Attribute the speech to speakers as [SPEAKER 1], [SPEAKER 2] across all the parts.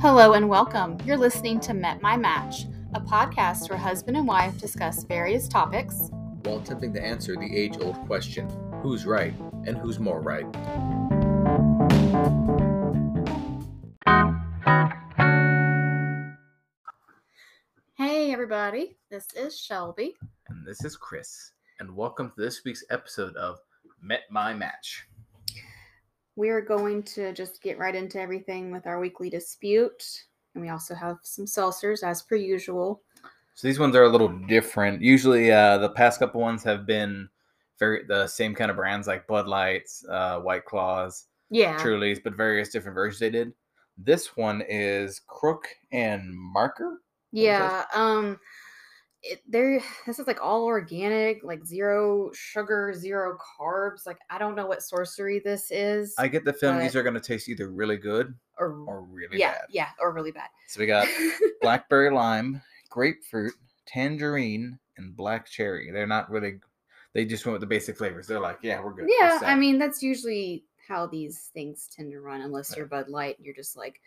[SPEAKER 1] Hello and welcome. You're listening to Met My Match, a podcast where husband and wife discuss various topics.
[SPEAKER 2] while attempting to answer the age old question who's right and who's more right?
[SPEAKER 1] Hey, everybody, this is Shelby.
[SPEAKER 3] And this is Chris, and welcome to this week's episode of Met My Match.
[SPEAKER 1] We're going to just get right into everything with our weekly dispute. And we also have some seltzers as per usual.
[SPEAKER 3] So these ones are a little different. Usually, uh, the past couple ones have been very the same kind of brands like Bud Lights, uh, White Claws,
[SPEAKER 1] Yeah.
[SPEAKER 3] Trulies, but various different versions they did. This one is Crook and Marker.
[SPEAKER 1] Yeah. Um it there this is like all organic, like zero sugar, zero carbs. Like I don't know what sorcery this is.
[SPEAKER 3] I get the feeling
[SPEAKER 1] But-
[SPEAKER 3] these are going to taste either really good
[SPEAKER 1] or,
[SPEAKER 3] or really
[SPEAKER 1] yeah,
[SPEAKER 3] bad.
[SPEAKER 1] yeah, or really bad.
[SPEAKER 3] So we got blackberry lime, grapefruit, tangerine, and black cherry. They're not really. They just went with the basic flavors. They're like, yeah, we're good. we're
[SPEAKER 1] yeah, I
[SPEAKER 3] set."
[SPEAKER 1] mean that's usually how these things tend to run, unless
[SPEAKER 3] Yeah.
[SPEAKER 1] you're Bud Light, you're just like,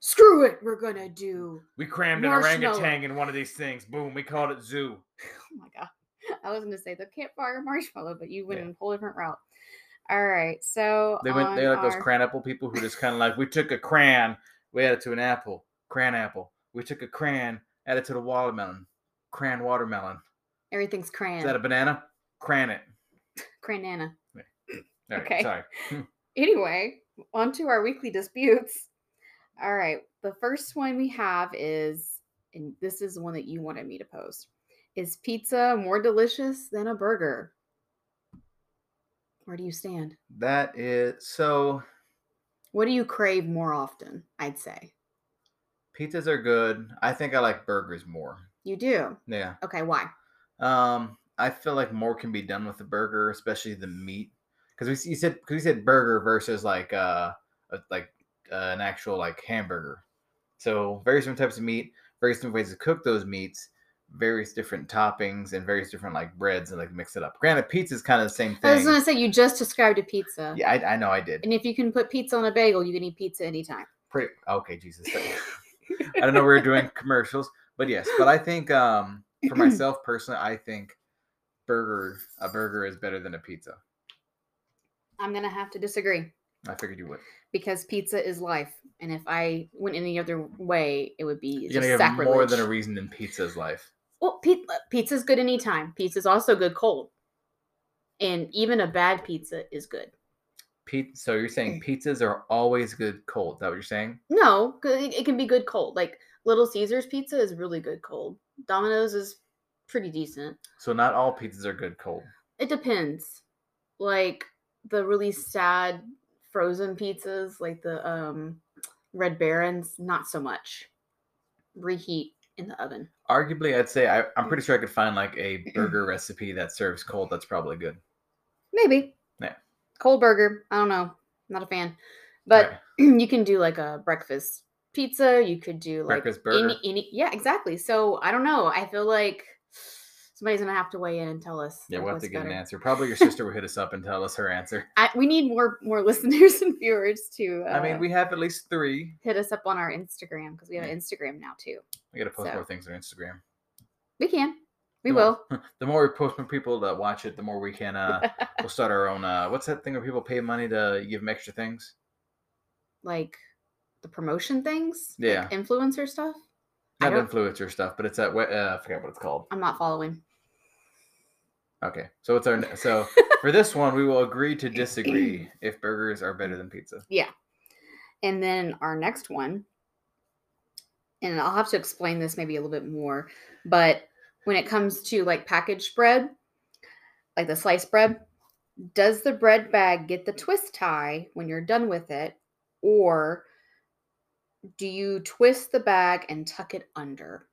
[SPEAKER 1] screw it, we're
[SPEAKER 3] Mm-hmm.
[SPEAKER 1] gonna do
[SPEAKER 3] we crammed
[SPEAKER 1] marshmallow.
[SPEAKER 3] in one of these things. Boom, we called it zoo.
[SPEAKER 1] oh my god. I was gonna say the campfire marshmallow, but you went
[SPEAKER 3] Yeah.
[SPEAKER 1] a whole different route. All right, so
[SPEAKER 3] They went. They're
[SPEAKER 1] on
[SPEAKER 3] like
[SPEAKER 1] our-
[SPEAKER 3] those cran apple people who just kind of like, we took a crayon, we added to an apple, cran apple. We took a crayon, added to the watermelon, cran watermelon.
[SPEAKER 1] everything's cran,
[SPEAKER 3] Is that a banana? Cran it.
[SPEAKER 1] cranana.
[SPEAKER 3] All right,
[SPEAKER 1] Okay.
[SPEAKER 3] Sorry.
[SPEAKER 1] anyway, on to our weekly disputes. All right, the first one we have is, and this is the one that you wanted me to post. Is pizza more delicious than a burger? Where do you stand?
[SPEAKER 3] That is so.
[SPEAKER 1] What do you crave more often? I'd say
[SPEAKER 3] Pizzas are good. I think I like burgers more.
[SPEAKER 1] you do.
[SPEAKER 3] Yeah.
[SPEAKER 1] Okay, why?
[SPEAKER 3] Um, I feel like more can be done with the burger, especially the meat, because we s- you said cause we said burger versus like uh a- like uh, an actual like hamburger. So various different types of meat, various different ways to cook those meats, various different toppings, and various different like breads and like mix it up. Granted, pizza is kind of the same
[SPEAKER 1] I was gonna
[SPEAKER 3] thing.
[SPEAKER 1] say you just described a pizza,
[SPEAKER 3] Yeah, I, I know I did.
[SPEAKER 1] and if you can put pizza on a bagel, you can eat pizza anytime.
[SPEAKER 3] Pretty okay, Jesus. I don't know we're doing commercials, but yes, but I think um for myself personally, I think burger a burger is better than a pizza.
[SPEAKER 1] I'm gonna have to disagree.
[SPEAKER 3] I figured you would.
[SPEAKER 1] because pizza is life. And if I went any other way, it would be
[SPEAKER 3] You're
[SPEAKER 1] just
[SPEAKER 3] gonna give
[SPEAKER 1] sacrilege.
[SPEAKER 3] more than a reason than pizza's life.
[SPEAKER 1] well, pi- pizza's good anytime. Pizza's also good cold. And even a bad pizza is good.
[SPEAKER 3] Pete, so you're saying pizzas are always good cold? Is that what you're saying?
[SPEAKER 1] No, 'cause it it can be good cold. Like Little Caesars pizza is really good cold. Domino's is pretty decent.
[SPEAKER 3] So not all pizzas are good cold.
[SPEAKER 1] It depends. Like the really sad frozen pizzas, like the um Red Barons, not so much. Reheat in the oven.
[SPEAKER 3] Arguably, I'd say I, I'm pretty sure I could find like a burger recipe that serves cold. That's probably good.
[SPEAKER 1] Maybe.
[SPEAKER 3] Yeah.
[SPEAKER 1] Cold burger. I don't know. Not a fan. But
[SPEAKER 3] Alright.
[SPEAKER 1] you can do like a breakfast pizza. You could do like
[SPEAKER 3] Breakfast burger.
[SPEAKER 1] any, any yeah, exactly. So I don't know. I feel like somebody's gonna have to weigh in and tell us.
[SPEAKER 3] yeah,
[SPEAKER 1] like,
[SPEAKER 3] we'll have
[SPEAKER 1] what's
[SPEAKER 3] to get an
[SPEAKER 1] better.
[SPEAKER 3] answer. Probably your sister will hit us up and tell us her answer.
[SPEAKER 1] I, we need more more listeners and viewers to uh,
[SPEAKER 3] I mean, we have at least three.
[SPEAKER 1] hit us up on our Instagram because we have an Instagram now too.
[SPEAKER 3] We gotta post
[SPEAKER 1] So.
[SPEAKER 3] more things on Instagram.
[SPEAKER 1] We can. We
[SPEAKER 3] The
[SPEAKER 1] will.
[SPEAKER 3] more- The more we post, more people that watch it, the more we can. uh We'll start our own. uh What's that thing where people pay money to give them extra things?
[SPEAKER 1] like the promotion things. like,
[SPEAKER 3] Yeah.
[SPEAKER 1] influencer stuff. I
[SPEAKER 3] Not
[SPEAKER 1] don't-
[SPEAKER 3] influencer stuff, but it's that. we- Uh, I forgot what it's called.
[SPEAKER 1] I'm not following.
[SPEAKER 3] Okay, so it's our ne- so for this one we will agree to disagree if burgers are better than pizza.
[SPEAKER 1] And then our next one, and I'll have to explain this maybe a little bit more, but when it comes to like packaged bread, like the sliced bread, does the bread bag get the twist tie when you're done with it? Or do you twist the bag and tuck it under?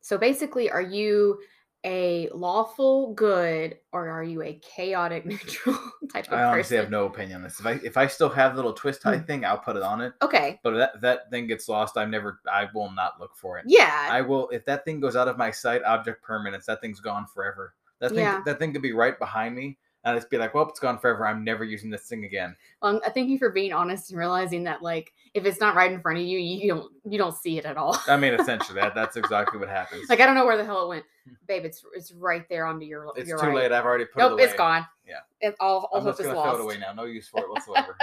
[SPEAKER 1] So basically, are you a lawful good or are you a chaotic neutral type of
[SPEAKER 3] I honestly
[SPEAKER 1] person?
[SPEAKER 3] have no opinion on this. If I if I still have the little twist tie thing, I'll put it on it.
[SPEAKER 1] Okay.
[SPEAKER 3] But if that that thing gets lost. I never. I will not look for it.
[SPEAKER 1] Yeah.
[SPEAKER 3] I will if that thing goes out of my sight. Object permanence. That thing's gone forever. That thing
[SPEAKER 1] Yeah.
[SPEAKER 3] that thing could be right behind me, and I just be like, well, it's gone forever. I'm never using this thing again.
[SPEAKER 1] Um, I thank you for being honest and realizing that like if it's not right in front of you, you don't you don't see it at all.
[SPEAKER 3] I mean, essentially, that that's exactly what happens.
[SPEAKER 1] like I don't know where the hell it went, babe. It's it's right there onto your.
[SPEAKER 3] Hmm. it's too
[SPEAKER 1] your right.
[SPEAKER 3] late. I've already put
[SPEAKER 1] Nope,
[SPEAKER 3] it away.
[SPEAKER 1] it's gone.
[SPEAKER 3] Yeah.
[SPEAKER 1] it, all all
[SPEAKER 3] I'm
[SPEAKER 1] hope
[SPEAKER 3] just
[SPEAKER 1] is
[SPEAKER 3] gonna
[SPEAKER 1] lost.
[SPEAKER 3] throw it away now. No use for it whatsoever.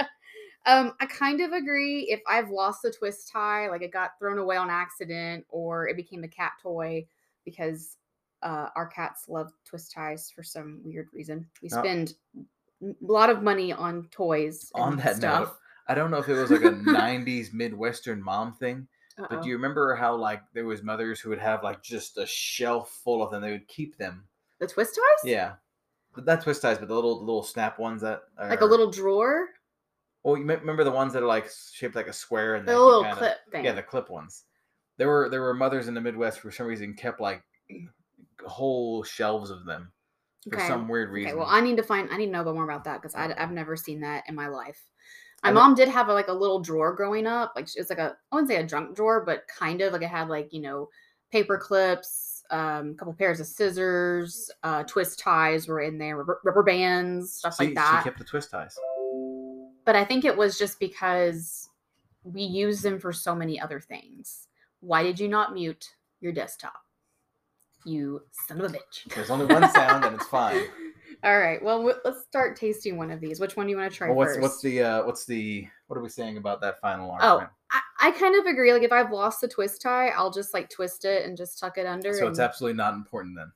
[SPEAKER 1] Um, I kind of agree. If I've lost a twist tie, like it got thrown away on accident, or it became a cat toy because uh, our cats love twist ties for some weird reason. We
[SPEAKER 3] Now-
[SPEAKER 1] spend a lot of money on toys.
[SPEAKER 3] On
[SPEAKER 1] and
[SPEAKER 3] that
[SPEAKER 1] stuff.
[SPEAKER 3] note, I don't know if it was like a '90s Midwestern mom thing, but
[SPEAKER 1] Uh-oh.
[SPEAKER 3] do you remember how like there was mothers who would have like just a shelf full of them? They would keep them.
[SPEAKER 1] the twist ties?
[SPEAKER 3] Yeah, but not twist ties, but the little little snap ones that are,
[SPEAKER 1] like a little drawer,
[SPEAKER 3] Well, you me- remember the ones that are like s- shaped like a square and
[SPEAKER 1] the
[SPEAKER 3] then you
[SPEAKER 1] little
[SPEAKER 3] kinda-
[SPEAKER 1] clip thing.
[SPEAKER 3] Yeah, the clip ones. There were there were mothers in the Midwest who for some reason kept like whole shelves of them for
[SPEAKER 1] okay.
[SPEAKER 3] some weird reason.
[SPEAKER 1] okay. Well, I need to find. I need to know more about that because I've never seen that in my life. My
[SPEAKER 3] I know-
[SPEAKER 1] mom did have a, like a little drawer growing up. Like it's like a I wouldn't say a junk drawer, but kind of like it had like you know paper clips, um, a couple pairs of scissors, uh, twist ties were in there, rubber, rubber bands, stuff
[SPEAKER 3] See,
[SPEAKER 1] like that.
[SPEAKER 3] she kept the twist ties.
[SPEAKER 1] but I think it was just because we used them for so many other things. Why did you not mute your desktop? You son of a bitch.
[SPEAKER 3] There's only one sound and it's fine.
[SPEAKER 1] All right. Well, w- let's start tasting one of these. Which one do you want to try
[SPEAKER 3] Well, what's
[SPEAKER 1] first?
[SPEAKER 3] what's the uh, what's the what are we saying about that final
[SPEAKER 1] Oh,
[SPEAKER 3] argument?
[SPEAKER 1] I, I kind of agree. Like, if I've lost the twist tie, I'll just like twist it and just tuck it under.
[SPEAKER 3] so it's
[SPEAKER 1] and-
[SPEAKER 3] absolutely not important then.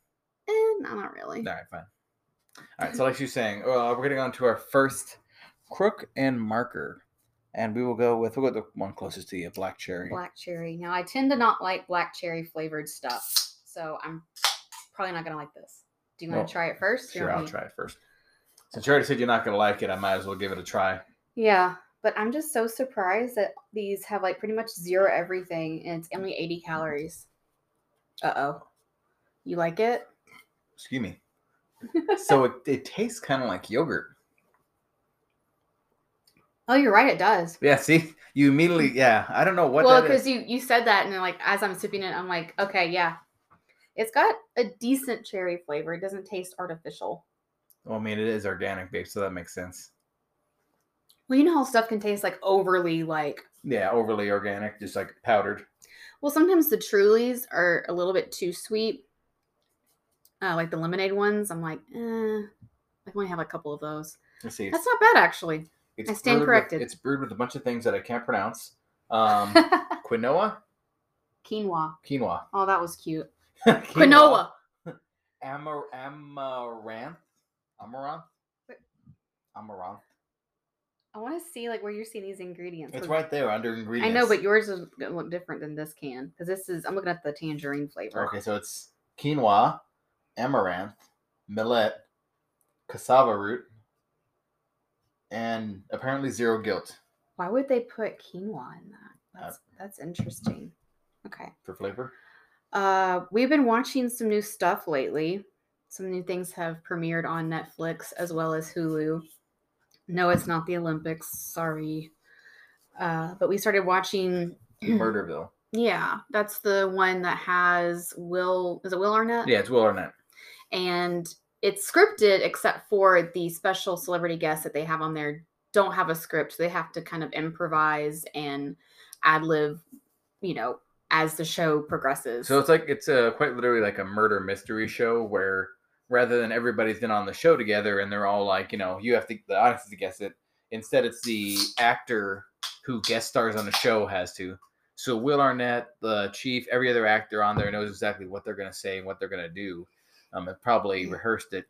[SPEAKER 1] Eh, no, not really.
[SPEAKER 3] All right, fine. All right, so like you were saying, uh, we're getting on to our first crook and marker, and we will go with we'll go with the one closest to you, black cherry.
[SPEAKER 1] Black cherry. Now, I tend to not like black cherry flavored stuff, so I'm probably not gonna like this. Do you want to
[SPEAKER 3] Well,
[SPEAKER 1] try it first? or you
[SPEAKER 3] Sure,
[SPEAKER 1] want
[SPEAKER 3] I'll
[SPEAKER 1] me-
[SPEAKER 3] try it first. Since you already said you're not gonna like it, I might as well give it a try.
[SPEAKER 1] Yeah, but I'm just so surprised that these have like pretty much zero everything, and it's only 80 calories. Uh oh. You like it?
[SPEAKER 3] Excuse me. so it, it tastes kind of like yogurt.
[SPEAKER 1] Oh, you're right. It does.
[SPEAKER 3] Yeah, see, you immediately, yeah, I don't know what
[SPEAKER 1] well,
[SPEAKER 3] that is.
[SPEAKER 1] because you you said that, and then, like as I'm sipping it, I'm like, okay, yeah, it's got a decent cherry flavor. It doesn't taste artificial.
[SPEAKER 3] Well, I mean, it is organic, babe, so that makes sense.
[SPEAKER 1] Well, you know how stuff can taste like overly like.
[SPEAKER 3] Yeah, overly organic, just like powdered.
[SPEAKER 1] Well, sometimes the Trulies are a little bit too sweet. Uh, like the lemonade ones, I'm like, eh. I only have a couple of those.
[SPEAKER 3] Let's see.
[SPEAKER 1] That's not bad actually.
[SPEAKER 3] it's
[SPEAKER 1] I stand
[SPEAKER 3] brewed with-
[SPEAKER 1] corrected.
[SPEAKER 3] it's brewed with a bunch of things that I can't pronounce. Um, quinoa,
[SPEAKER 1] Quinoa.
[SPEAKER 3] quinoa,
[SPEAKER 1] Oh, that was cute.
[SPEAKER 3] Quinoa.
[SPEAKER 1] Quinoa.
[SPEAKER 3] Amar- amaranth, amaranth,
[SPEAKER 1] Wait.
[SPEAKER 3] amaranth.
[SPEAKER 1] I want to see like where you're seeing these ingredients.
[SPEAKER 3] It's
[SPEAKER 1] 'cause
[SPEAKER 3] right there under
[SPEAKER 1] I
[SPEAKER 3] ingredients.
[SPEAKER 1] know, but yours is gonna look different than this can because this is. I'm looking at the tangerine flavor.
[SPEAKER 3] Okay, so it's quinoa, amaranth, millet, cassava root, and apparently zero guilt
[SPEAKER 1] Why would they put quinoa in that?
[SPEAKER 3] Uh,
[SPEAKER 1] That's that's interesting. Okay.
[SPEAKER 3] for flavor.
[SPEAKER 1] Uh we've been watching some new stuff lately. Some new things have premiered on Netflix as well as Hulu. No, it's not the Olympics, sorry. Uh but we started watching
[SPEAKER 3] Murderville.
[SPEAKER 1] Yeah, that's the one that has Will is it Will Arnett?
[SPEAKER 3] Yeah, it's Will Arnett.
[SPEAKER 1] and it's scripted except for the special celebrity guests that they have on there don't have a script. They have to kind of improvise and ad lib, you know, as the show progresses.
[SPEAKER 3] So it's like it's uh, quite literally like a murder mystery show where rather than everybody's been on the show together and they're all like, you know, you have to the audience has to guess it. Instead, it's the actor who guest stars on the show has to. So Will Arnett, the chief, every other actor on there knows exactly what they're gonna say and what they're gonna do. Um, it probably rehearsed it,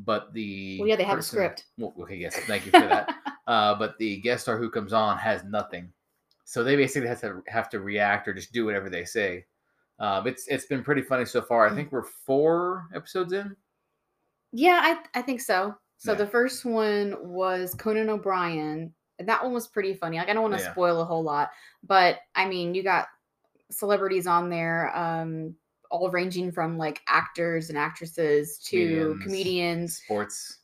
[SPEAKER 3] but the
[SPEAKER 1] Well, yeah, they have a
[SPEAKER 3] person-
[SPEAKER 1] script.
[SPEAKER 3] Well, okay, yes, thank you for that uh, but the guest star who comes on has nothing, so they basically have to have to react or just do whatever they say. Um, it's it's been pretty funny so
[SPEAKER 1] Mm.
[SPEAKER 3] far. I think we're four episodes in.
[SPEAKER 1] yeah, I I think so. So
[SPEAKER 3] Yeah.
[SPEAKER 1] the first one was Conan O'Brien, and that one was pretty funny. Like I don't want to
[SPEAKER 3] Yeah.
[SPEAKER 1] spoil a whole lot, but I mean, you got celebrities on there um all ranging from like actors and actresses to
[SPEAKER 3] Comedians.
[SPEAKER 1] comedians.
[SPEAKER 3] Sports.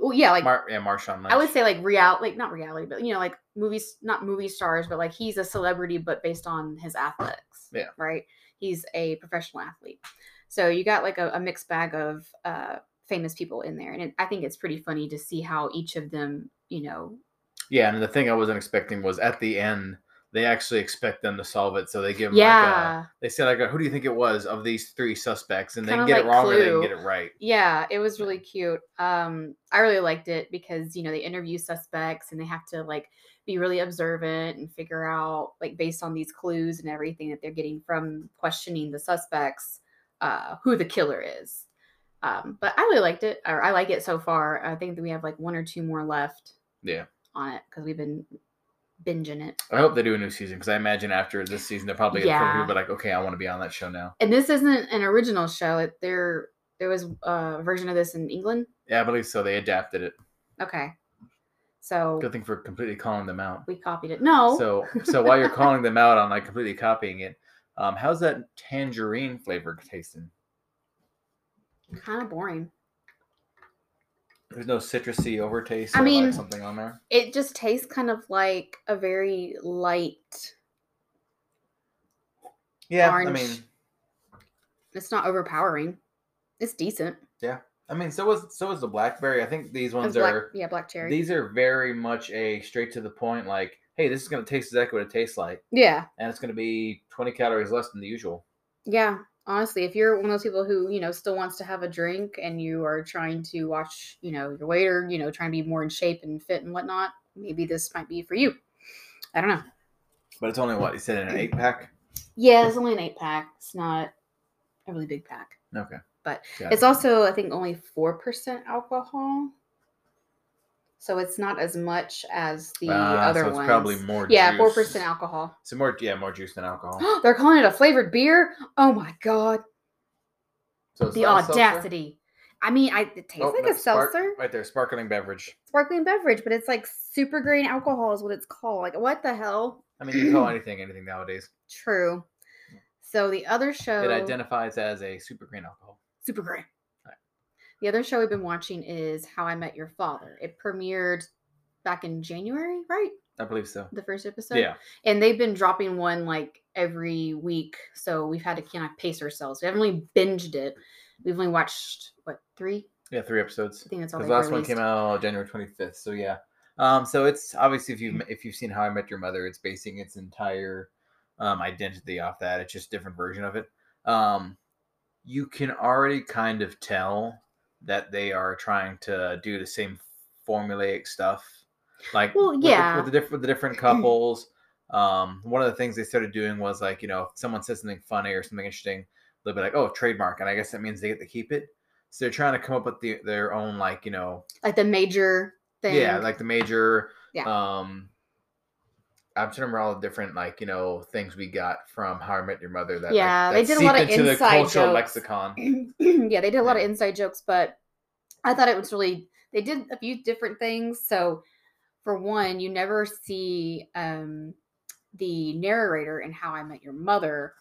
[SPEAKER 1] Well, yeah, like
[SPEAKER 3] Mar- yeah, Marshawn Lynch.
[SPEAKER 1] I would say like real, like not reality, but you know, like movies, not movie stars, but like he's a celebrity, but based on his athletics.
[SPEAKER 3] Yeah.
[SPEAKER 1] Right. He's a professional athlete. So you got like a, a mixed bag of uh, famous people in there, and it, I think it's pretty funny to see how each of them, you know,
[SPEAKER 3] Yeah, and the thing I wasn't expecting was at the end they actually expect them to solve it, so they give them like a,
[SPEAKER 1] yeah,
[SPEAKER 3] they said like a, who do you think it was of these three suspects, and they
[SPEAKER 1] Kinda
[SPEAKER 3] can get it
[SPEAKER 1] like
[SPEAKER 3] wrong or they can
[SPEAKER 1] Clue.
[SPEAKER 3] get it right.
[SPEAKER 1] yeah, it was really cute. Um, I really liked it because you know they interview suspects and they have to like be really observant and figure out like based on these clues and everything that they're getting from questioning the suspects, uh, who the killer is. Um, but I really liked it, or I like it so far. I think that we have like one or two more left.
[SPEAKER 3] Yeah.
[SPEAKER 1] on it because we've been binging it.
[SPEAKER 3] I hope they do a new season because I imagine after this season they're probably gonna come
[SPEAKER 1] Yeah.
[SPEAKER 3] here, but like, okay, I want to be on that show now.
[SPEAKER 1] And this isn't an original show. It, there, there was uh, a version of this in England.
[SPEAKER 3] Yeah, I believe so. They adapted it.
[SPEAKER 1] Okay, so
[SPEAKER 3] Good thing for completely calling them out.
[SPEAKER 1] we copied it. No,
[SPEAKER 3] So, so while you're calling them out on like completely copying it, um, how's that tangerine flavor tasting?
[SPEAKER 1] kind of boring.
[SPEAKER 3] There's no citrusy overtaste.
[SPEAKER 1] I
[SPEAKER 3] or, like,
[SPEAKER 1] mean-
[SPEAKER 3] something on there.
[SPEAKER 1] It just tastes kind of like a very light.
[SPEAKER 3] Yeah, I
[SPEAKER 1] orange.
[SPEAKER 3] mean,
[SPEAKER 1] It's not overpowering. It's decent.
[SPEAKER 3] I mean, so was so was the blackberry. I think these
[SPEAKER 1] It's
[SPEAKER 3] ones
[SPEAKER 1] black,
[SPEAKER 3] are
[SPEAKER 1] yeah, black cherry.
[SPEAKER 3] these are very much a straight to the point. Like, hey, this is gonna taste exactly what it tastes like,
[SPEAKER 1] yeah,
[SPEAKER 3] and it's gonna be 20 calories less than the usual.
[SPEAKER 1] yeah. Honestly, if you're one of those people who you know still wants to have a drink and you are trying to watch, you know, your weight or you know trying to be more in shape and fit and whatnot, maybe this might be for you. I don't know.
[SPEAKER 3] But it's only what you said in an eight pack.
[SPEAKER 1] Yeah, it's only an eight pack. It's not a really big pack.
[SPEAKER 3] Okay,
[SPEAKER 1] But
[SPEAKER 3] Got
[SPEAKER 1] It's
[SPEAKER 3] it.
[SPEAKER 1] also, I think, only four percent alcohol, so it's not as much as the
[SPEAKER 3] Ah,
[SPEAKER 1] other
[SPEAKER 3] so it's
[SPEAKER 1] ones.
[SPEAKER 3] probably more.
[SPEAKER 1] yeah,
[SPEAKER 3] juice.
[SPEAKER 1] four percent alcohol.
[SPEAKER 3] So more, yeah, more juice than alcohol.
[SPEAKER 1] They're calling it a flavored beer. Oh my god,
[SPEAKER 3] So it's
[SPEAKER 1] the
[SPEAKER 3] not a seltzer?
[SPEAKER 1] audacity! I mean, I it tastes
[SPEAKER 3] Oh,
[SPEAKER 1] like a
[SPEAKER 3] that's spark-
[SPEAKER 1] seltzer,
[SPEAKER 3] right there, sparkling beverage.
[SPEAKER 1] sparkling beverage, but it's like super green alcohol is what it's called. Like, what the hell?
[SPEAKER 3] I mean, you can call anything anything nowadays.
[SPEAKER 1] True. So the other show
[SPEAKER 3] It identifies as a super green alcohol.
[SPEAKER 1] Super great.
[SPEAKER 3] Alright.
[SPEAKER 1] The other show we've been watching is How I Met Your Father. It premiered back in January, right?
[SPEAKER 3] I believe so.
[SPEAKER 1] The first episode.
[SPEAKER 3] Yeah,
[SPEAKER 1] And they've been dropping one like every week. So we've had to kind of pace ourselves. We haven't really binged it. We've only watched what, three?
[SPEAKER 3] yeah, three episodes.
[SPEAKER 1] I think that's all
[SPEAKER 3] Because
[SPEAKER 1] they've
[SPEAKER 3] last one
[SPEAKER 1] released.
[SPEAKER 3] came out January 25th. So yeah. Um, so it's obviously if you have if you've seen How I Met Your Mother, it's basing its entire um, identity off that. It's just a different version of it. Um, you can already kind of tell that they are trying to do the same formulaic stuff, like
[SPEAKER 1] Well,
[SPEAKER 3] with
[SPEAKER 1] yeah.
[SPEAKER 3] the, with the different with the different couples. Um, one of the things they started doing was like you know if someone says something funny or something interesting, they'll be like oh trademark, and I guess that means they get to keep it. So they're trying to come up with the, their own like you know
[SPEAKER 1] Like the major thing.
[SPEAKER 3] yeah, like the major.
[SPEAKER 1] Yeah.
[SPEAKER 3] Um, I'm trying to remember all the different like you know things we got from How I Met Your Mother. That like,
[SPEAKER 1] Yeah, they
[SPEAKER 3] that
[SPEAKER 1] did a lot
[SPEAKER 3] seep
[SPEAKER 1] of
[SPEAKER 3] into the
[SPEAKER 1] inside
[SPEAKER 3] cultural
[SPEAKER 1] jokes.
[SPEAKER 3] lexicon.
[SPEAKER 1] yeah, they did a lot of
[SPEAKER 3] Yeah.
[SPEAKER 1] inside jokes, but I thought it was really they did a few different things. So for one, you never see um the narrator in How I Met Your Mother,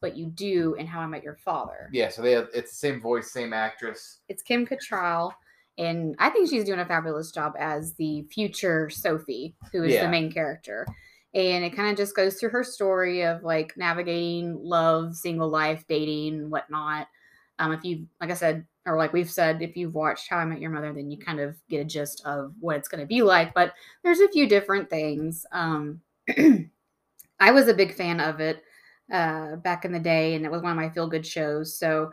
[SPEAKER 1] but you do in How I Met Your Father.
[SPEAKER 3] Yeah, so they have it's the same voice, same actress.
[SPEAKER 1] It's Kim Cattrall, and I think she's doing a fabulous job as the future Sophie, who is
[SPEAKER 3] Yeah.
[SPEAKER 1] the main character. And it kind of just goes through her story of like navigating love, single life, dating, whatnot. Um, if you, like I said, or like we've said, if you've watched How I Met Your Mother, then you kind of get a gist of what it's going to be like. But there's a few different things. Um, I was a big fan of it uh, back in the day, and it was one of my feel good shows. So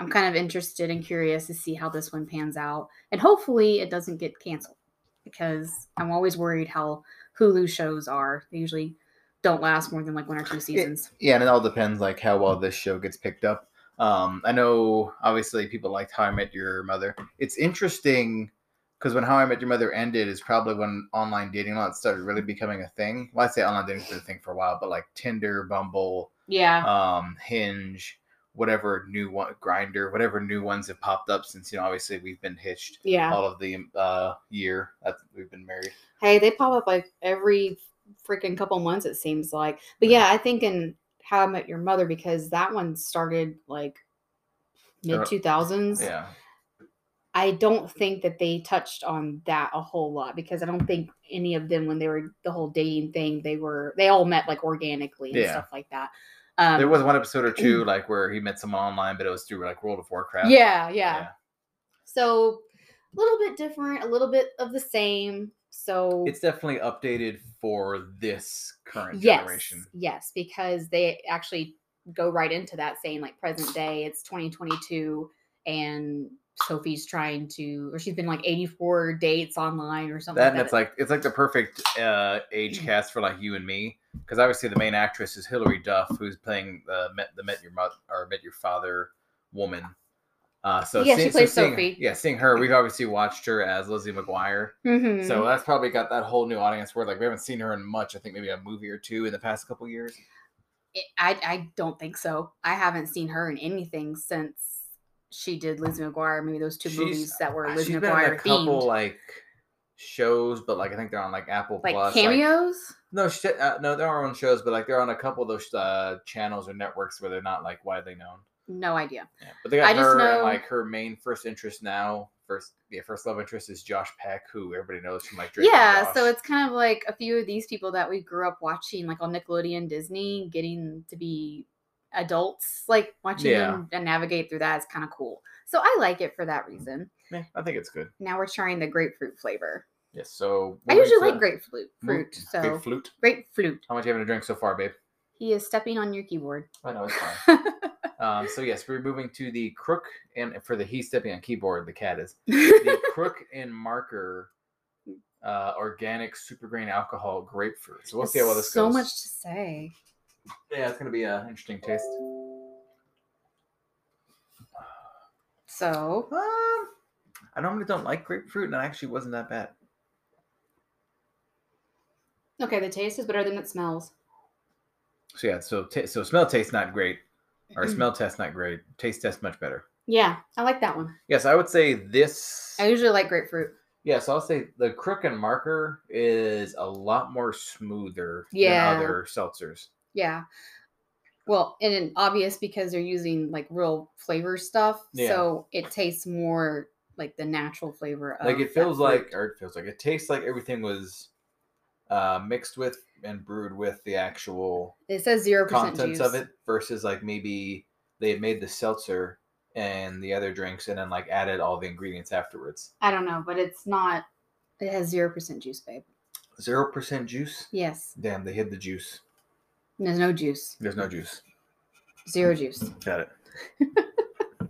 [SPEAKER 1] I'm kind of interested and curious to see how this one pans out. And hopefully it doesn't get canceled because I'm always worried how Hulu shows are. They usually don't last more than like one or two seasons.
[SPEAKER 3] Yeah, and it all depends like how well this show gets picked up. Um, I know obviously people liked How I Met Your Mother. It's interesting because when How I Met Your Mother ended is probably when online dating lots started really becoming a thing. Well, I say online dating's been a thing for a while, but like Tinder, Bumble,
[SPEAKER 1] yeah.
[SPEAKER 3] um, Hinge, whatever new one, Grinder, whatever new ones have popped up since you know obviously we've been hitched
[SPEAKER 1] Yeah.
[SPEAKER 3] all of the uh, year that we've been married.
[SPEAKER 1] Hey, they pop up like every freaking couple months, it seems like. But yeah, I think in How I Met Your Mother, because that one started like mid 2000s.
[SPEAKER 3] Yeah,
[SPEAKER 1] I don't think that they touched on that a whole lot because I don't think any of them when they were the whole dating thing they were they all met like organically and
[SPEAKER 3] Yeah.
[SPEAKER 1] stuff like that. Um, mm.
[SPEAKER 3] there was one episode or two like where he met someone online, but it was through like World of Warcraft.
[SPEAKER 1] yeah, yeah, So a little bit different, a little bit of the same. So
[SPEAKER 3] It's definitely updated for this current
[SPEAKER 1] yes,
[SPEAKER 3] generation.
[SPEAKER 1] yes, because they actually go right into that saying like present day. It's 2022, and Sophie's trying to, or she's been like 84 dates online or something.
[SPEAKER 3] That and
[SPEAKER 1] like Mm-hmm.
[SPEAKER 3] it's like it's like the perfect uh, age cast for like you and me because obviously the main actress is Hilary Duff who's playing the met the met your mother or met your father woman. Uh, so
[SPEAKER 1] Yeah, she
[SPEAKER 3] seeing, so
[SPEAKER 1] plays
[SPEAKER 3] seeing-
[SPEAKER 1] Sophie. Mm-hmm.
[SPEAKER 3] Yeah, seeing her, we've obviously watched her as Lizzie McGuire.
[SPEAKER 1] Mhm.
[SPEAKER 3] So that's probably got that whole new audience where like we haven't seen her in much. I think maybe a movie or two in the past couple years.
[SPEAKER 1] it- I, I don't think so. I haven't seen her in anything since she did Liz McGuire. Maybe those two
[SPEAKER 3] She's- uh,
[SPEAKER 1] movies that were Liz
[SPEAKER 3] Ah, She's been in a
[SPEAKER 1] McGuire
[SPEAKER 3] couple
[SPEAKER 1] themed,
[SPEAKER 3] like shows, but like I think they're on like Apple
[SPEAKER 1] like
[SPEAKER 3] Plus. like-
[SPEAKER 1] cameos.
[SPEAKER 3] no, she, uh, no, they're on shows, but like they're on a couple of those uh, channels or networks where they're not like widely known.
[SPEAKER 1] no idea.
[SPEAKER 3] Yeah, but they got
[SPEAKER 1] I just
[SPEAKER 3] her and
[SPEAKER 1] know-
[SPEAKER 3] like her main first interest now. First, yeah, first love interest is Josh Peck, who everybody knows from like Drake. and
[SPEAKER 1] yeah, so
[SPEAKER 3] Josh.
[SPEAKER 1] it's kind of like a few of these people that we grew up watching, like on Nickelodeon, Disney, getting to be adults, like watching
[SPEAKER 3] Yeah.
[SPEAKER 1] them and navigate through that is kind of cool. So I like it for that reason.
[SPEAKER 3] Yeah, I think it's good.
[SPEAKER 1] Now we're trying the grapefruit flavor.
[SPEAKER 3] Yes, so
[SPEAKER 1] I
[SPEAKER 3] moving
[SPEAKER 1] usually
[SPEAKER 3] to-
[SPEAKER 1] like grapefruit.
[SPEAKER 3] mo-
[SPEAKER 1] Fruit. So
[SPEAKER 3] Mmm, grapefruit.
[SPEAKER 1] grapefruit.
[SPEAKER 3] How much you having to drink so far, babe?
[SPEAKER 1] He is stepping on your keyboard.
[SPEAKER 3] I know it's fine. um, so yes, we're moving to the crook and for the he's stepping on keyboard. The cat is the crook and marker. Uh, organic super grain alcohol grapefruit. So we'll see how well this
[SPEAKER 1] so
[SPEAKER 3] goes.
[SPEAKER 1] much to say.
[SPEAKER 3] Yeah, it's gonna be an interesting taste.
[SPEAKER 1] So
[SPEAKER 3] Um, I normally don't like grapefruit, and it actually wasn't that bad.
[SPEAKER 1] okay, the taste is better than it smells.
[SPEAKER 3] So yeah, so ta so smell taste not great, or
[SPEAKER 1] Mm.
[SPEAKER 3] smell test not great, taste test much better.
[SPEAKER 1] Yeah, I like that one.
[SPEAKER 3] Yes, I would say this.
[SPEAKER 1] I usually like grapefruit.
[SPEAKER 3] Yeah, so I'll say the crook and marker is a lot more smoother
[SPEAKER 1] Yeah.
[SPEAKER 3] than other seltzers.
[SPEAKER 1] Yeah. Well, and it's obvious because they're using like real flavor stuff,
[SPEAKER 3] Yeah.
[SPEAKER 1] so it tastes more like the natural flavor. Of
[SPEAKER 3] Like it
[SPEAKER 1] Oh, that
[SPEAKER 3] feels
[SPEAKER 1] fruit.
[SPEAKER 3] like, or it feels like it tastes like everything was uh, mixed with and brewed with the actual
[SPEAKER 1] it says zero percent
[SPEAKER 3] contents
[SPEAKER 1] juice.
[SPEAKER 3] of it versus like maybe they had made the seltzer and the other drinks and then like added all the ingredients afterwards.
[SPEAKER 1] I don't know, but it's not. It has zero percent juice, babe.
[SPEAKER 3] Zero percent juice.
[SPEAKER 1] Yes,
[SPEAKER 3] Damn, they hid the juice.
[SPEAKER 1] there's no juice,
[SPEAKER 3] There's no juice.
[SPEAKER 1] zero juice.
[SPEAKER 3] Got it.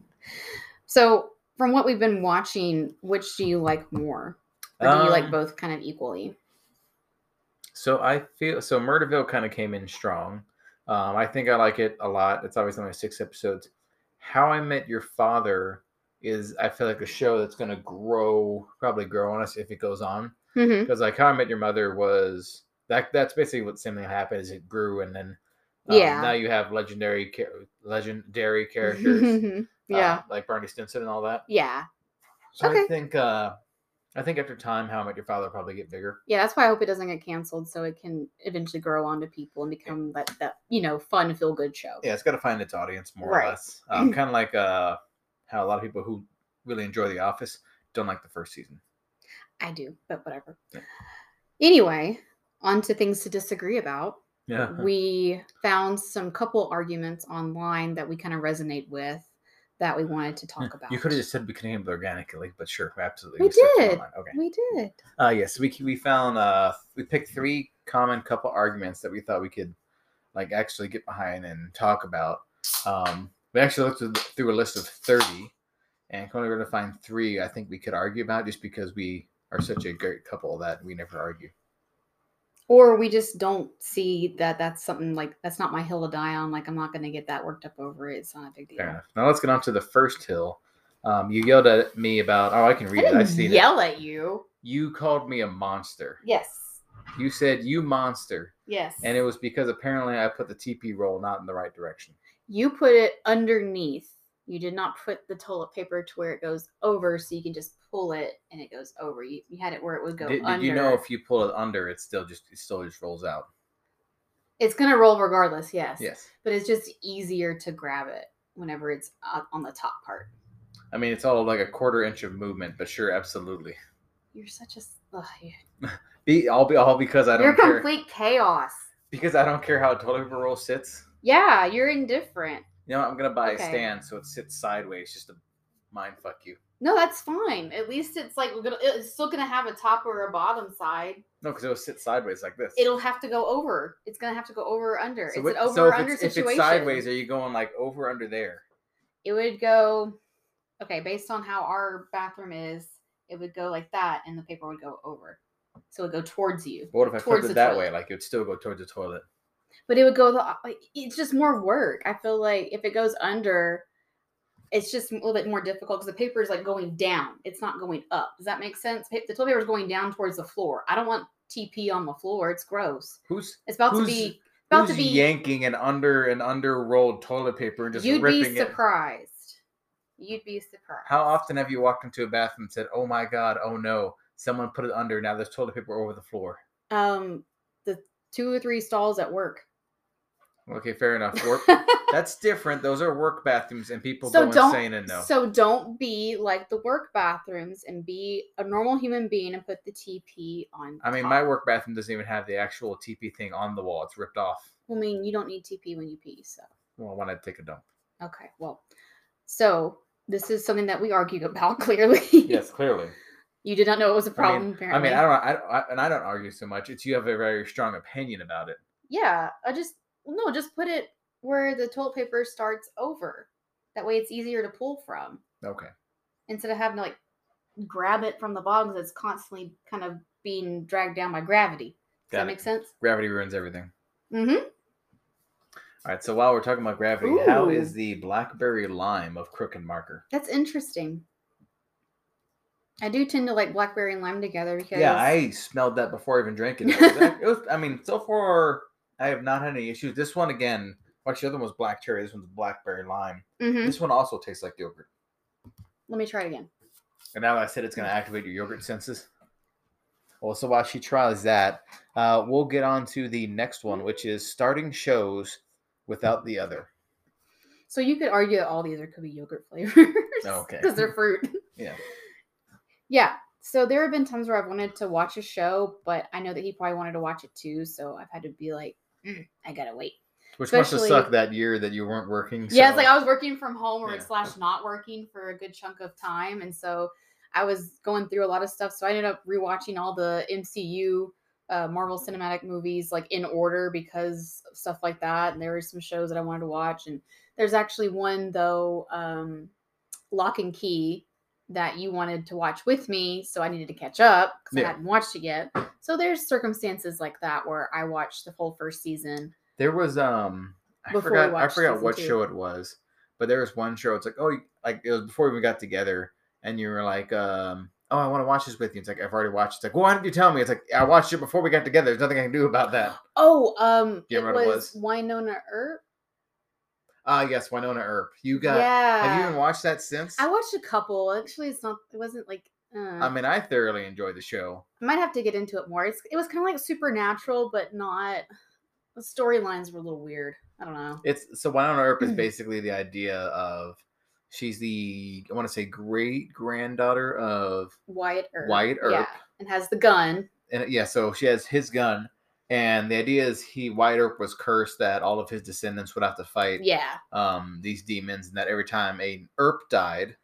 [SPEAKER 1] So, from what we've been watching, which do you like more, or do you like
[SPEAKER 3] Um,
[SPEAKER 1] both kind of equally?
[SPEAKER 3] So I feel so Murderville kind of came in strong. Um, I think I like it a lot. It's obviously only six episodes. How I Met Your Father is I feel like a show that's gonna grow, probably grow on us if it goes on.
[SPEAKER 1] Mm-hmm.
[SPEAKER 3] Because like How I Met Your Mother was that that's basically what same thing happened is it grew and then um,
[SPEAKER 1] Yeah.
[SPEAKER 3] now you have legendary cha- legendary characters. uh,
[SPEAKER 1] yeah,
[SPEAKER 3] like Barney Stinson and all that.
[SPEAKER 1] yeah.
[SPEAKER 3] So I
[SPEAKER 1] Okay.
[SPEAKER 3] think uh I think after time How I Met Your Father will probably get bigger.
[SPEAKER 1] yeah that's why i hope it doesn't get canceled so it can eventually grow onto people and become that that you know fun feel good show
[SPEAKER 3] yeah, it's got to find its audience more
[SPEAKER 1] Right.
[SPEAKER 3] or less. Um, kind of like uh, how a lot of people who really enjoy The Office don't like the first season.
[SPEAKER 1] i do but whatever
[SPEAKER 3] Yeah.
[SPEAKER 1] anyway on to things to disagree about
[SPEAKER 3] Yeah,
[SPEAKER 1] we found some couple arguments online that we kind of resonate with that we wanted to talk about
[SPEAKER 3] Hmm, you could have just said we can handle it organically, but sure, absolutely.
[SPEAKER 1] We
[SPEAKER 3] just search
[SPEAKER 1] did.
[SPEAKER 3] online. Okay.
[SPEAKER 1] we did
[SPEAKER 3] Uh, yes, we c- we found uh, we picked three common couple arguments that we thought we could like actually get behind and talk about. Um, we actually looked through- through a list of thirty, and we're going to find three I think we could argue about just because we are such a great couple that we never argue.
[SPEAKER 1] or we just don't see that that's something like that's not my hill to die on like i'm not going to get that worked up over it it's not a big deal
[SPEAKER 3] Fair enough. Now let's get on to the first hill. Um, you yelled at me about, oh, I can
[SPEAKER 1] i
[SPEAKER 3] read it.
[SPEAKER 1] didn't
[SPEAKER 3] I've seen it.
[SPEAKER 1] yell at you
[SPEAKER 3] You called me a monster.
[SPEAKER 1] yes
[SPEAKER 3] You said you monster,
[SPEAKER 1] yes
[SPEAKER 3] and it was because apparently I put the TP roll not in the right direction.
[SPEAKER 1] You put it underneath. You did not put the toilet paper to where it goes over, so you can just pull it and it goes over. You, you had it where it would go
[SPEAKER 3] Did, did
[SPEAKER 1] under.
[SPEAKER 3] you know if you pull it under, it still just it still just rolls out?
[SPEAKER 1] it's gonna roll regardless, yes.
[SPEAKER 3] Yes.
[SPEAKER 1] But it's just easier to grab it whenever it's up on the top part.
[SPEAKER 3] I mean, it's all like a quarter inch of movement, but sure, absolutely.
[SPEAKER 1] You're such a s- ugh, you-
[SPEAKER 3] Be all be all because I
[SPEAKER 1] you're
[SPEAKER 3] don't care
[SPEAKER 1] complete chaos.
[SPEAKER 3] because I don't care how a toilet paper roll sits.
[SPEAKER 1] Yeah, you're indifferent.
[SPEAKER 3] You know, what? I'm gonna buy
[SPEAKER 1] Okay.
[SPEAKER 3] a stand so it sits sideways just to mind fuck you.
[SPEAKER 1] No, that's fine. At least it's like we're gonna. It's still gonna have a top or a bottom side.
[SPEAKER 3] No, because it'll sit sideways like this.
[SPEAKER 1] It'll have to go over. It's gonna have to go over or under.
[SPEAKER 3] So
[SPEAKER 1] it's
[SPEAKER 3] it-
[SPEAKER 1] an over
[SPEAKER 3] so
[SPEAKER 1] or
[SPEAKER 3] if
[SPEAKER 1] under
[SPEAKER 3] it's,
[SPEAKER 1] situation.
[SPEAKER 3] If it's sideways, are you going like over under there?
[SPEAKER 1] it would go okay based on how our bathroom is it would go like that and the paper would go over so it would go towards you
[SPEAKER 3] But what if I
[SPEAKER 1] Towards
[SPEAKER 3] flipped
[SPEAKER 1] the
[SPEAKER 3] it that
[SPEAKER 1] toilet.
[SPEAKER 3] way? Like it would still go towards the toilet.
[SPEAKER 1] but it would go the o- like, it's just more work i feel like if it goes under it's just a little bit more difficult because the paper is like going down it's not going up does that make sense Pa- the toilet paper is going down towards the floor i don't want tp on the floor it's gross
[SPEAKER 3] Who's
[SPEAKER 1] it's about to
[SPEAKER 3] Who's-
[SPEAKER 1] be about
[SPEAKER 3] who's
[SPEAKER 1] to be
[SPEAKER 3] yanking an under and under rolled toilet paper and just
[SPEAKER 1] you'd be
[SPEAKER 3] ripping it?
[SPEAKER 1] surprised you'd be surprised
[SPEAKER 3] How often have you walked into a bathroom and said, "Oh my god, oh no, someone put it under"? Now there's toilet paper over the floor.
[SPEAKER 1] um the two or three stalls at work
[SPEAKER 3] Okay, fair enough. Work. That's different. Those are work bathrooms, and people
[SPEAKER 1] So
[SPEAKER 3] go
[SPEAKER 1] don't-
[SPEAKER 3] insane and no.
[SPEAKER 1] So don't be like the work bathrooms and be a normal human being and put the TP on.
[SPEAKER 3] I mean,
[SPEAKER 1] top.
[SPEAKER 3] my work bathroom doesn't even have the actual TP thing on the wall. It's ripped off.
[SPEAKER 1] I mean, you don't need TP when you pee. So
[SPEAKER 3] Well, when I take a dump.
[SPEAKER 1] okay, well, so this is something that we argued about clearly.
[SPEAKER 3] clearly.
[SPEAKER 1] you did not know it was a problem.
[SPEAKER 3] I
[SPEAKER 1] apparently,
[SPEAKER 3] mean, I don't. I, don't- I and I don't argue so much. It's you have a very strong opinion about it.
[SPEAKER 1] yeah, I just well, no, just put it where the toilet paper starts over. That way, it's easier to pull from
[SPEAKER 3] Okay.
[SPEAKER 1] instead of having to like grab it from the bottom because it's constantly kind of being dragged down by gravity. Does that
[SPEAKER 3] Got it.
[SPEAKER 1] make sense?
[SPEAKER 3] Gravity ruins everything.
[SPEAKER 1] Mm-hmm.
[SPEAKER 3] All right. So while we're talking about gravity, how is
[SPEAKER 1] Ooh.
[SPEAKER 3] the blackberry lime of Crook and Marker?
[SPEAKER 1] That's interesting. I do tend to like blackberry and lime together because
[SPEAKER 3] Yeah, I smelled that before I even drank it. It was, ac- it was, I mean, so far I have not had any issues. This one again. well, Actually, the other one was black cherry. This one's blackberry lime.
[SPEAKER 1] Mhm.
[SPEAKER 3] This one also tastes like yogurt.
[SPEAKER 1] Let me try it again.
[SPEAKER 3] And now that I said it's going to activate your yogurt senses. Well, so while she tries that, uh, we'll get on to the next one, which is starting shows without the other.
[SPEAKER 1] So you could argue that all these are could be yogurt flavors.
[SPEAKER 3] Okay.
[SPEAKER 1] Because they're fruit.
[SPEAKER 3] Yeah.
[SPEAKER 1] Yeah. So there have been times where I've wanted to watch a show, but I know that he probably wanted to watch it too. So I've had to be like, "Mm, I gotta wait.
[SPEAKER 3] Which must have
[SPEAKER 1] Especially-
[SPEAKER 3] sucked that year that you weren't working.
[SPEAKER 1] Yeah, it's
[SPEAKER 3] so-
[SPEAKER 1] like I was working from home or
[SPEAKER 3] Yeah.
[SPEAKER 1] slash not working for a good chunk of time, and so I was going through a lot of stuff. So I ended up rewatching all the MCU, uh, Marvel Cinematic movies like in order because of stuff like that. And there were some shows that I wanted to watch, and there's actually one though, um, Lock and Key, that you wanted to watch with me, so I needed to catch up because I
[SPEAKER 3] Yeah.
[SPEAKER 1] hadn't watched it yet. So there's circumstances like that where I watched the whole first season.
[SPEAKER 3] There was um I
[SPEAKER 1] Before we
[SPEAKER 3] forgot I
[SPEAKER 1] watched
[SPEAKER 3] forgot
[SPEAKER 1] season
[SPEAKER 3] what
[SPEAKER 1] two.
[SPEAKER 3] show it was, but there was one show. It's like oh you- like it was before we got together, and you were like um oh I want to watch this with you. It's like I've already watched. It's like well, why didn't you tell me? It's like I watched it before we got together. There's nothing I can do about that.
[SPEAKER 1] Oh, um,
[SPEAKER 3] Do you
[SPEAKER 1] it
[SPEAKER 3] remember what it
[SPEAKER 1] was Winona Earp.
[SPEAKER 3] Ah yes, Winona Earp. You got.
[SPEAKER 1] yeah.
[SPEAKER 3] Have you even watched that since?
[SPEAKER 1] I watched a couple. Actually, it's not. It wasn't like. Uh, I
[SPEAKER 3] I mean, I thoroughly enjoyed the show.
[SPEAKER 1] might have to get into it more. It's, it was kind of like supernatural, but not. The storylines were a little weird. I don't know.
[SPEAKER 3] It's so Winona Earp is basically the idea of she's the I want to say great granddaughter of
[SPEAKER 1] Wyatt Earp.
[SPEAKER 3] Wyatt
[SPEAKER 1] Yeah,
[SPEAKER 3] Earp.
[SPEAKER 1] and has the gun.
[SPEAKER 3] and yeah, so she has his gun, and the idea is he White Earp was cursed that all of his descendants would have to fight
[SPEAKER 1] Yeah.
[SPEAKER 3] um these demons, and that every time a Earp died,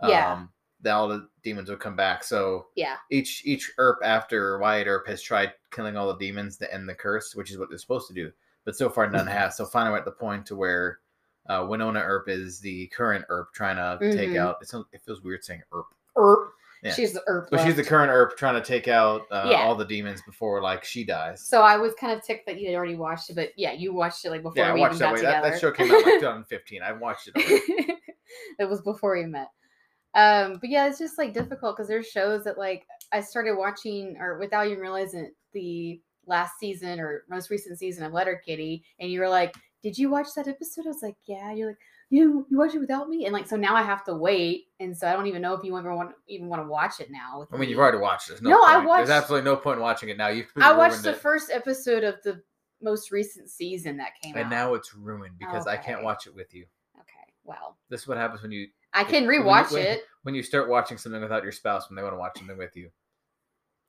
[SPEAKER 3] um,
[SPEAKER 1] Yeah.
[SPEAKER 3] that all the demons would come back. So
[SPEAKER 1] Yeah.
[SPEAKER 3] each each Earp after Wyatt Earp has tried killing all the demons to end the curse, which is what they're supposed to do, but so far none have. So finally, we're at the point to where. Uh, Winona Earp is the current Earp trying to take
[SPEAKER 1] Mhm.
[SPEAKER 3] out. It, sounds, it feels weird saying Earp.
[SPEAKER 1] Earp.
[SPEAKER 3] Yeah.
[SPEAKER 1] She's the Earp.
[SPEAKER 3] But she's the
[SPEAKER 1] left.
[SPEAKER 3] current Earp trying to take out uh,
[SPEAKER 1] Yeah.
[SPEAKER 3] all the demons before like she dies.
[SPEAKER 1] So I was kind of ticked that you had already watched it, but yeah, you watched it like before
[SPEAKER 3] yeah, I
[SPEAKER 1] we
[SPEAKER 3] watched
[SPEAKER 1] even
[SPEAKER 3] that,
[SPEAKER 1] got
[SPEAKER 3] way.
[SPEAKER 1] together.
[SPEAKER 3] That, that show came out like 2015. I watched it. already.
[SPEAKER 1] it was before we met. Um, but yeah, it's just like difficult because there's shows that like I started watching or without even realizing it, the last season or most recent season of Letter Kitty, and you were like, "Did you watch that episode?" I was like, "Yeah." You're like, "You you watched it without me," and like so now I have to wait, and so I don't even know if you ever want even want to watch it now. with
[SPEAKER 3] I mean, you've
[SPEAKER 1] me.
[SPEAKER 3] already watched it. There's
[SPEAKER 1] No, I
[SPEAKER 3] point.
[SPEAKER 1] watched-
[SPEAKER 3] There's absolutely no point in watching it now. You've
[SPEAKER 1] I
[SPEAKER 3] completely
[SPEAKER 1] watched
[SPEAKER 3] ruined
[SPEAKER 1] the
[SPEAKER 3] it.
[SPEAKER 1] first episode of the most recent season that came
[SPEAKER 3] and
[SPEAKER 1] out.
[SPEAKER 3] now it's ruined because I can't
[SPEAKER 1] Okay.
[SPEAKER 3] watch it with you.
[SPEAKER 1] okay, well,
[SPEAKER 3] This is what happens when you
[SPEAKER 1] I can
[SPEAKER 3] when you-
[SPEAKER 1] rewatch
[SPEAKER 3] when-
[SPEAKER 1] it.
[SPEAKER 3] when you start watching something without your spouse when they want to watch something with you.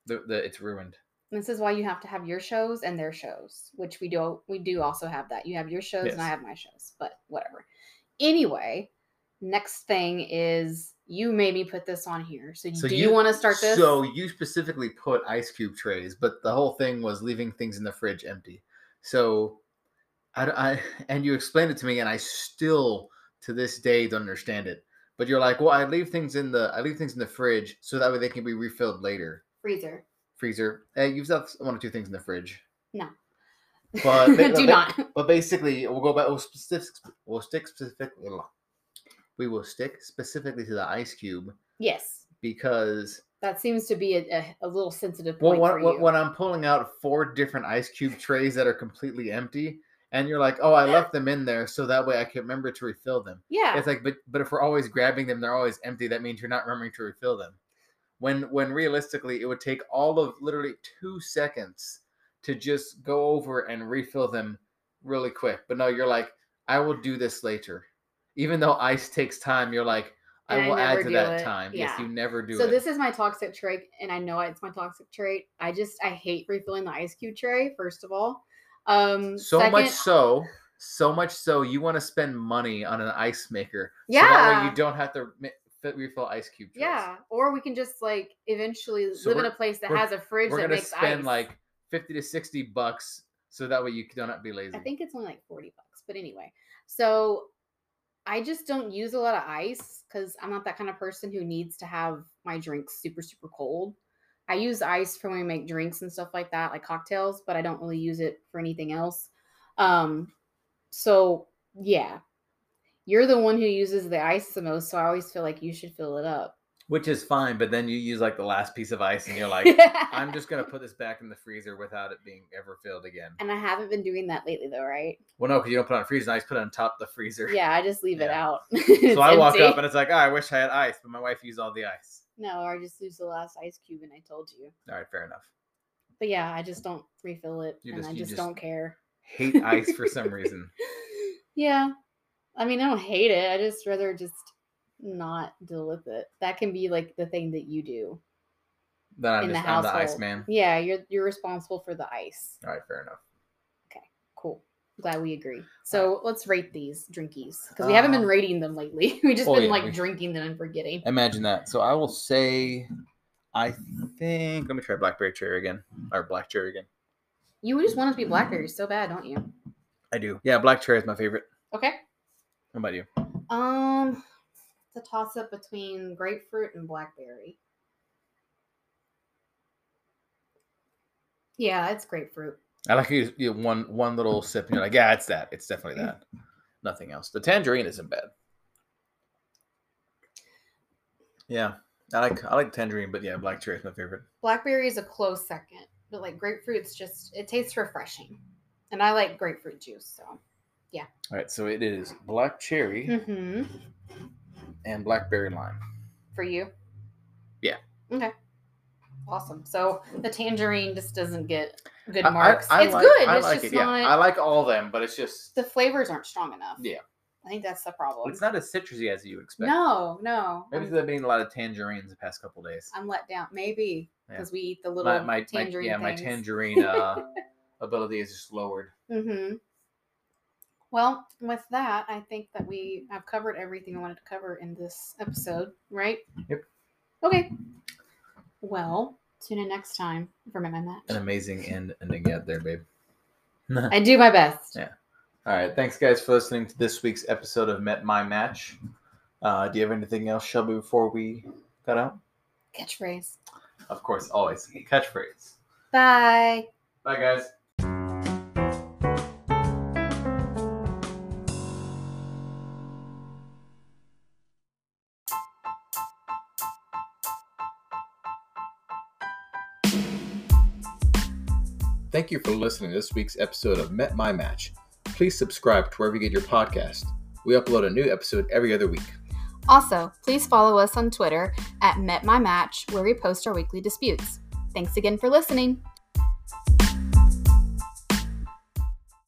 [SPEAKER 3] The, the, it's ruined.
[SPEAKER 1] This is why you have to have your shows and their shows, which we do we do also have that. You have your shows and I
[SPEAKER 3] Yes.
[SPEAKER 1] have my shows, but whatever. Anyway, next thing is you made me put this on here. So,
[SPEAKER 3] So
[SPEAKER 1] do you,
[SPEAKER 3] you-
[SPEAKER 1] want to start this?
[SPEAKER 3] So you specifically put ice cube trays, but the whole thing was leaving things in the fridge empty. So, I, d- I- and you explained it to me, and I still to this day don't understand it. But you're like, well, I leave things in the I leave things in the fridge so that way they can be refilled later.
[SPEAKER 1] freezer.
[SPEAKER 3] Freezer. Hey, you've left one or two things in the fridge.
[SPEAKER 1] No.
[SPEAKER 3] But ba-
[SPEAKER 1] do
[SPEAKER 3] ba-
[SPEAKER 1] not.
[SPEAKER 3] But basically, we'll go back. We'll, specific, we'll stick specifically. We will stick specifically to the ice cube
[SPEAKER 1] Yes.
[SPEAKER 3] because
[SPEAKER 1] That seems to be a, a, a little sensitive
[SPEAKER 3] Well,
[SPEAKER 1] point for
[SPEAKER 3] when, when-
[SPEAKER 1] you.
[SPEAKER 3] when I'm pulling out four different ice cube trays that are completely empty, and you're like, "Oh, I left them in there, so that way I can remember to refill them."
[SPEAKER 1] yeah.
[SPEAKER 3] It's like, but but if we're always grabbing them, they're always empty. That means you're not remembering to refill them. When when realistically, it would take all of literally two seconds to just go over and refill them really quick. But no, you're like, "I will do this later," even though ice takes time. You're like, "I
[SPEAKER 1] And I
[SPEAKER 3] will
[SPEAKER 1] never
[SPEAKER 3] add to
[SPEAKER 1] do
[SPEAKER 3] that
[SPEAKER 1] it.
[SPEAKER 3] time." Yes,
[SPEAKER 1] Yeah.
[SPEAKER 3] you never do
[SPEAKER 1] so
[SPEAKER 3] it.
[SPEAKER 1] this is my toxic trait, and I know it's my toxic trait. I just I hate refilling the ice cube tray. First of all, um,
[SPEAKER 3] So
[SPEAKER 1] second,
[SPEAKER 3] much so, so much so, you want to spend money on an ice maker. So that way
[SPEAKER 1] yeah,
[SPEAKER 3] you don't have to ma- fit, refill ice cube trays.
[SPEAKER 1] yeah. Or we can just like eventually
[SPEAKER 3] So
[SPEAKER 1] live in
[SPEAKER 3] we're-
[SPEAKER 1] a place that
[SPEAKER 3] we're-
[SPEAKER 1] has a fridge
[SPEAKER 3] We're
[SPEAKER 1] that
[SPEAKER 3] gonna
[SPEAKER 1] makes
[SPEAKER 3] spend
[SPEAKER 1] ice.
[SPEAKER 3] like fifty to sixty bucks, so that way you don't be lazy.
[SPEAKER 1] I think it's only like forty bucks, but anyway. So I just don't use a lot of ice because I'm not that kind of person who needs to have my drinks super super cold. I use ice for when I make drinks and stuff like that, like cocktails, but I don't really use it for anything else. Um, so yeah, you're the one who uses the ice the most, so I always feel like you should fill it up.
[SPEAKER 3] which is fine, but then you use like the last piece of ice, and you're like, "I'm just gonna put this back in the freezer without it being ever filled again."
[SPEAKER 1] and I haven't been doing that lately, though, right?
[SPEAKER 3] Well, no, because you don't put it on freezer. I just put it on top of the freezer.
[SPEAKER 1] Yeah, I just leave it
[SPEAKER 3] Yeah.
[SPEAKER 1] out.
[SPEAKER 3] So I walk up and it's like, oh, I wish I had ice, but my wife used all the ice.
[SPEAKER 1] No, or just lose the last ice cube and I told you.
[SPEAKER 3] All right, fair enough.
[SPEAKER 1] But yeah, I just don't refill it
[SPEAKER 3] You
[SPEAKER 1] and
[SPEAKER 3] just-
[SPEAKER 1] I
[SPEAKER 3] you
[SPEAKER 1] just,
[SPEAKER 3] just-
[SPEAKER 1] don't care.
[SPEAKER 3] Hate ice for some reason.
[SPEAKER 1] yeah. I mean, I don't hate it. I just rather just not deal with it. That can be like the thing that you do.
[SPEAKER 3] Then I'm
[SPEAKER 1] In the
[SPEAKER 3] just I'm the
[SPEAKER 1] household.
[SPEAKER 3] ice man.
[SPEAKER 1] Yeah, you're you're responsible for the ice.
[SPEAKER 3] All right, fair enough.
[SPEAKER 1] Cool. Glad we agree. So let's rate these drinkies because we haven't been
[SPEAKER 3] Um,
[SPEAKER 1] rating them lately. We've just
[SPEAKER 3] oh,
[SPEAKER 1] been
[SPEAKER 3] yeah,
[SPEAKER 1] like
[SPEAKER 3] we-
[SPEAKER 1] drinking them and forgetting.
[SPEAKER 3] Imagine that. So I will say, I think. Let me try blackberry cherry again, or black cherry again.
[SPEAKER 1] You just want it to be blackberries so bad, don't you?
[SPEAKER 3] I do. Yeah, black cherry is my favorite.
[SPEAKER 1] Okay.
[SPEAKER 3] How about you?
[SPEAKER 1] Um, it's a toss up between grapefruit and blackberry. Yeah, it's grapefruit.
[SPEAKER 3] I like you. you one one little sip, and you're like, yeah, it's that. It's definitely that. Nothing else. The tangerine isn't bad. Yeah, I like I like tangerine, but yeah, black cherry is my favorite.
[SPEAKER 1] Blackberry is a close second, but like grapefruit's just it tastes refreshing, and I like grapefruit juice. So
[SPEAKER 3] All right, so it is black cherry
[SPEAKER 1] mm-hmm.
[SPEAKER 3] and blackberry lime.
[SPEAKER 1] for you,
[SPEAKER 3] Yeah.
[SPEAKER 1] Okay, awesome. So the tangerine just doesn't get good
[SPEAKER 3] I- I-
[SPEAKER 1] marks.
[SPEAKER 3] I
[SPEAKER 1] it's
[SPEAKER 3] like-
[SPEAKER 1] good.
[SPEAKER 3] I
[SPEAKER 1] it's
[SPEAKER 3] like
[SPEAKER 1] just
[SPEAKER 3] it. Yeah,
[SPEAKER 1] not.
[SPEAKER 3] I like all of them, but it's just
[SPEAKER 1] the flavors aren't strong enough.
[SPEAKER 3] Yeah.
[SPEAKER 1] I think that's the problem.
[SPEAKER 3] it's not as citrusy as you would expect.
[SPEAKER 1] No, no.
[SPEAKER 3] Maybe
[SPEAKER 1] I'm-
[SPEAKER 3] they've been eating a lot of tangerines the past couple days.
[SPEAKER 1] I'm let down. Maybe
[SPEAKER 3] Yeah.
[SPEAKER 1] because we eat the little
[SPEAKER 3] My, my, my
[SPEAKER 1] tangerine.
[SPEAKER 3] yeah, my
[SPEAKER 1] things.
[SPEAKER 3] tangerine uh, ability is just lowered.
[SPEAKER 1] Mm-hmm. Well, with that, I think that we have covered everything I wanted to cover in this episode, right?
[SPEAKER 3] Yep.
[SPEAKER 1] Okay. Well, tune in next time for my match.
[SPEAKER 3] An amazing end ending yet there, babe. All
[SPEAKER 1] I do my best.
[SPEAKER 3] Yeah. right, thanks guys for listening to this week's episode of Met My Match. Uh, do you have anything else, Shelby, before we cut out?
[SPEAKER 1] Catchphrase.
[SPEAKER 3] Of course, always catchphrase.
[SPEAKER 1] Bye.
[SPEAKER 3] Bye, guys.
[SPEAKER 2] Thank you for listening to this week's episode of Met My Match. Please subscribe to wherever you get your podcast. We upload a new episode every other week.
[SPEAKER 1] Also, please follow us on Twitter at MetMyMatch, where we post our weekly disputes. Thanks again for listening.